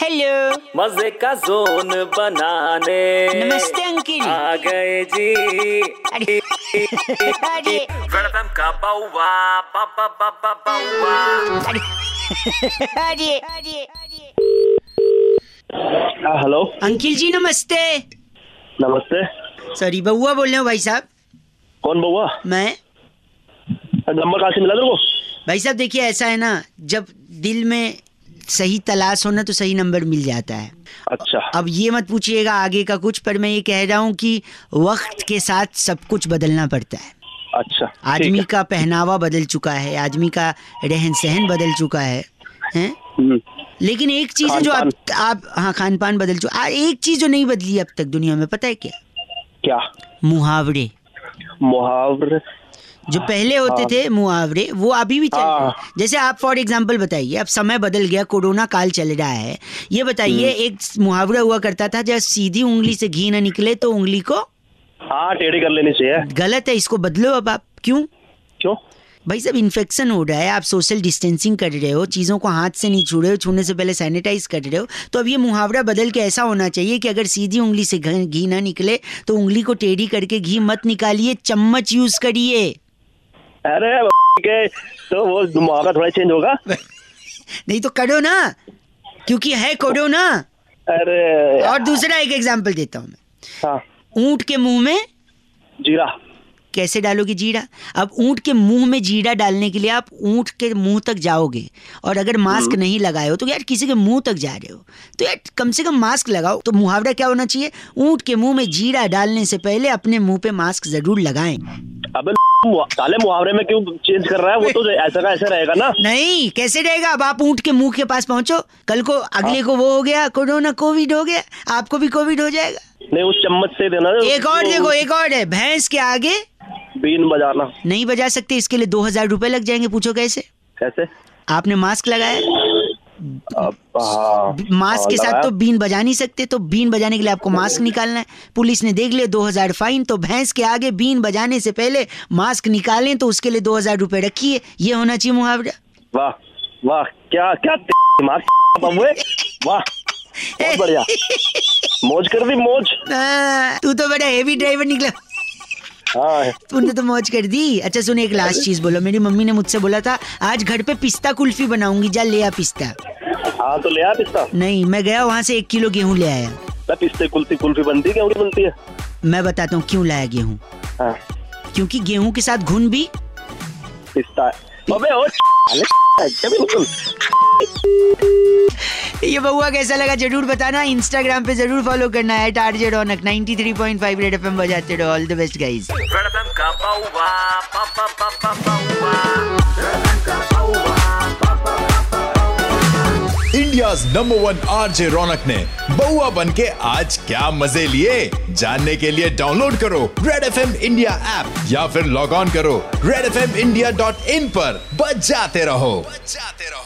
Hello मजे का zone बनाने नमस्ते अंकिल आ गए जी अरे अरे वेलकम का बाउवा बाबा बाबा बाउवा अरे अरे हाँ, हेलो अंकिल जी नमस्ते नमस्ते सॉरी बउआ बोल रहे हो भाई साहब कौन बउआ मैं नंबर कहाँ से मिला तेरे को भाई साहब देखिए ऐसा है ना जब दिल में सही तलाश होना तो सही नंबर मिल जाता है अच्छा अब ये मत पूछिएगा आगे का कुछ पर मैं ये कह रहा हूँ कि वक्त के साथ सब कुछ बदलना पड़ता है अच्छा ठीक आदमी है का पहनावा बदल चुका है आदमी का रहन सहन बदल चुका है हैं हम्म, लेकिन एक चीज है जो आप आप हाँ खान पान बदल चुका आ, एक चीज जो नहीं बदली अब तक दुनिया में पता है क्या क्या मुहावरे मुहावरे जो पहले होते थे मुहावरे वो अभी भी चल रहे हैं जैसे आप फॉर एग्जांपल बताइए अब समय बदल गया कोरोना काल चल रहा है ये बताइए एक मुहावरा हुआ करता था जब सीधी उंगली से घी ना निकले तो उंगली को हाँ टेढ़ी कर लेनी चाहिए गलत है इसको बदलो अब आप क्यों क्यों भाई साहब इन्फेक्शन हो रहा है आप सोशल डिस्टेंसिंग कर रहे हो चीज़ों को हाथ से नहीं छू रहे हो छूने से पहले सैनिटाइज कर रहे हो तो अब ये मुहावरा बदल के ऐसा होना चाहिए कि अगर सीधी उंगली से घ- घी ना निकले तो उंगली को टेढ़ी करके घी मत निकालिए चम्मच यूज करिए अरे के तो वो मुहावरा थोड़ा चेंज होगा नहीं तो करो ना क्योंकि है करो ना अरे और दूसरा एक एग्जाम्पल देता हूँ मैं हाँ ऊँट के मुंह में जीरा कैसे डालोगे जीरा अब ऊँट के मुंह में जीरा डालने के लिए आप ऊँट के मुंह तक जाओगे और अगर मास्क नहीं लगाए हो तो यार किसी के मुंह तक जा रहे हो तो यार कम से कम मास्क लगाओ तो मुहावरा क्या होना चाहिए ऊँट के मुंह में जीरा डालने से पहले अपने मुंह पे मास्क जरूर लगाएं अबे मुहा- साले मुहावरे में क्यों चेंज कर रहा है वो तो ऐसा का ऐसा रहेगा ना नहीं कैसे रहेगा अब आप ऊँट के मुंह के पास पहुंचो कल को अगले को वो हो गया कोरोना कोविड हो गया आपको भी कोविड हो जाएगा नहीं उस चम्मच से देना एक और वो- देखो एक और है भैंस के आगे बीन बजाना नहीं बजा सकते इसके लिए दो हजार रुपए लग जाएंगे पूछो कैसे कैसे आपने मास्क लगाया अब हाँ मास्क हाँ, के साथ लगाया। तो बीन बजा नहीं सकते तो बीन बजाने के लिए आपको मास्क निकालना है पुलिस ने देख लिया दो हजार फाइन तो भैंस के आगे बीन बजाने से पहले मास्क निकालें तो उसके लिए दो हजार रुपए रखिए ये होना चाहिए मुहावरा वाह वाह क्या क्या दिमाग बम्बे वाह बहुत बढ़िया मौज कर दी मौज आ, तू तो बड़ा हेवी ड्राइवर निकला हाँ तूने तो मौज कर दी अच्छा सुन एक लास्ट चीज बोलो मेरी मम्मी ने मुझसे बोला था आज घर पे पिस्ता कुल्फी बनाऊंगी जा ले आ पिस्ता हाँ तो ले आ पिस्ता नहीं मैं गया वहाँ से एक किलो गेहूं ले आया मैं पिस्ते कुल्फी कुल्फी बनती है क्योंकि बनती है मैं बताता हूँ क्यों लाया गेहूँ हाँ क्योंकि गेहूं के साथ घुन भी पिस्ता अबे ओ अरे क्या बिल्कुल ये बउआ कैसा लगा जरूर बताना इंस्टाग्राम पे जरूर फॉलो करना है टारजे रौनक 93.5 रेड एफएम बजाते रहो all the best guys welcome का बाउवा बाबा बाबा Bauaa India's number one RJ रौनक ने बउआ बन के आज क्या मजे लिए जानने के लिए डाउनलोड करो Red F M India app या फिर लॉग ऑन करो redfmindia.in पर बजाते रहो बजाते रहो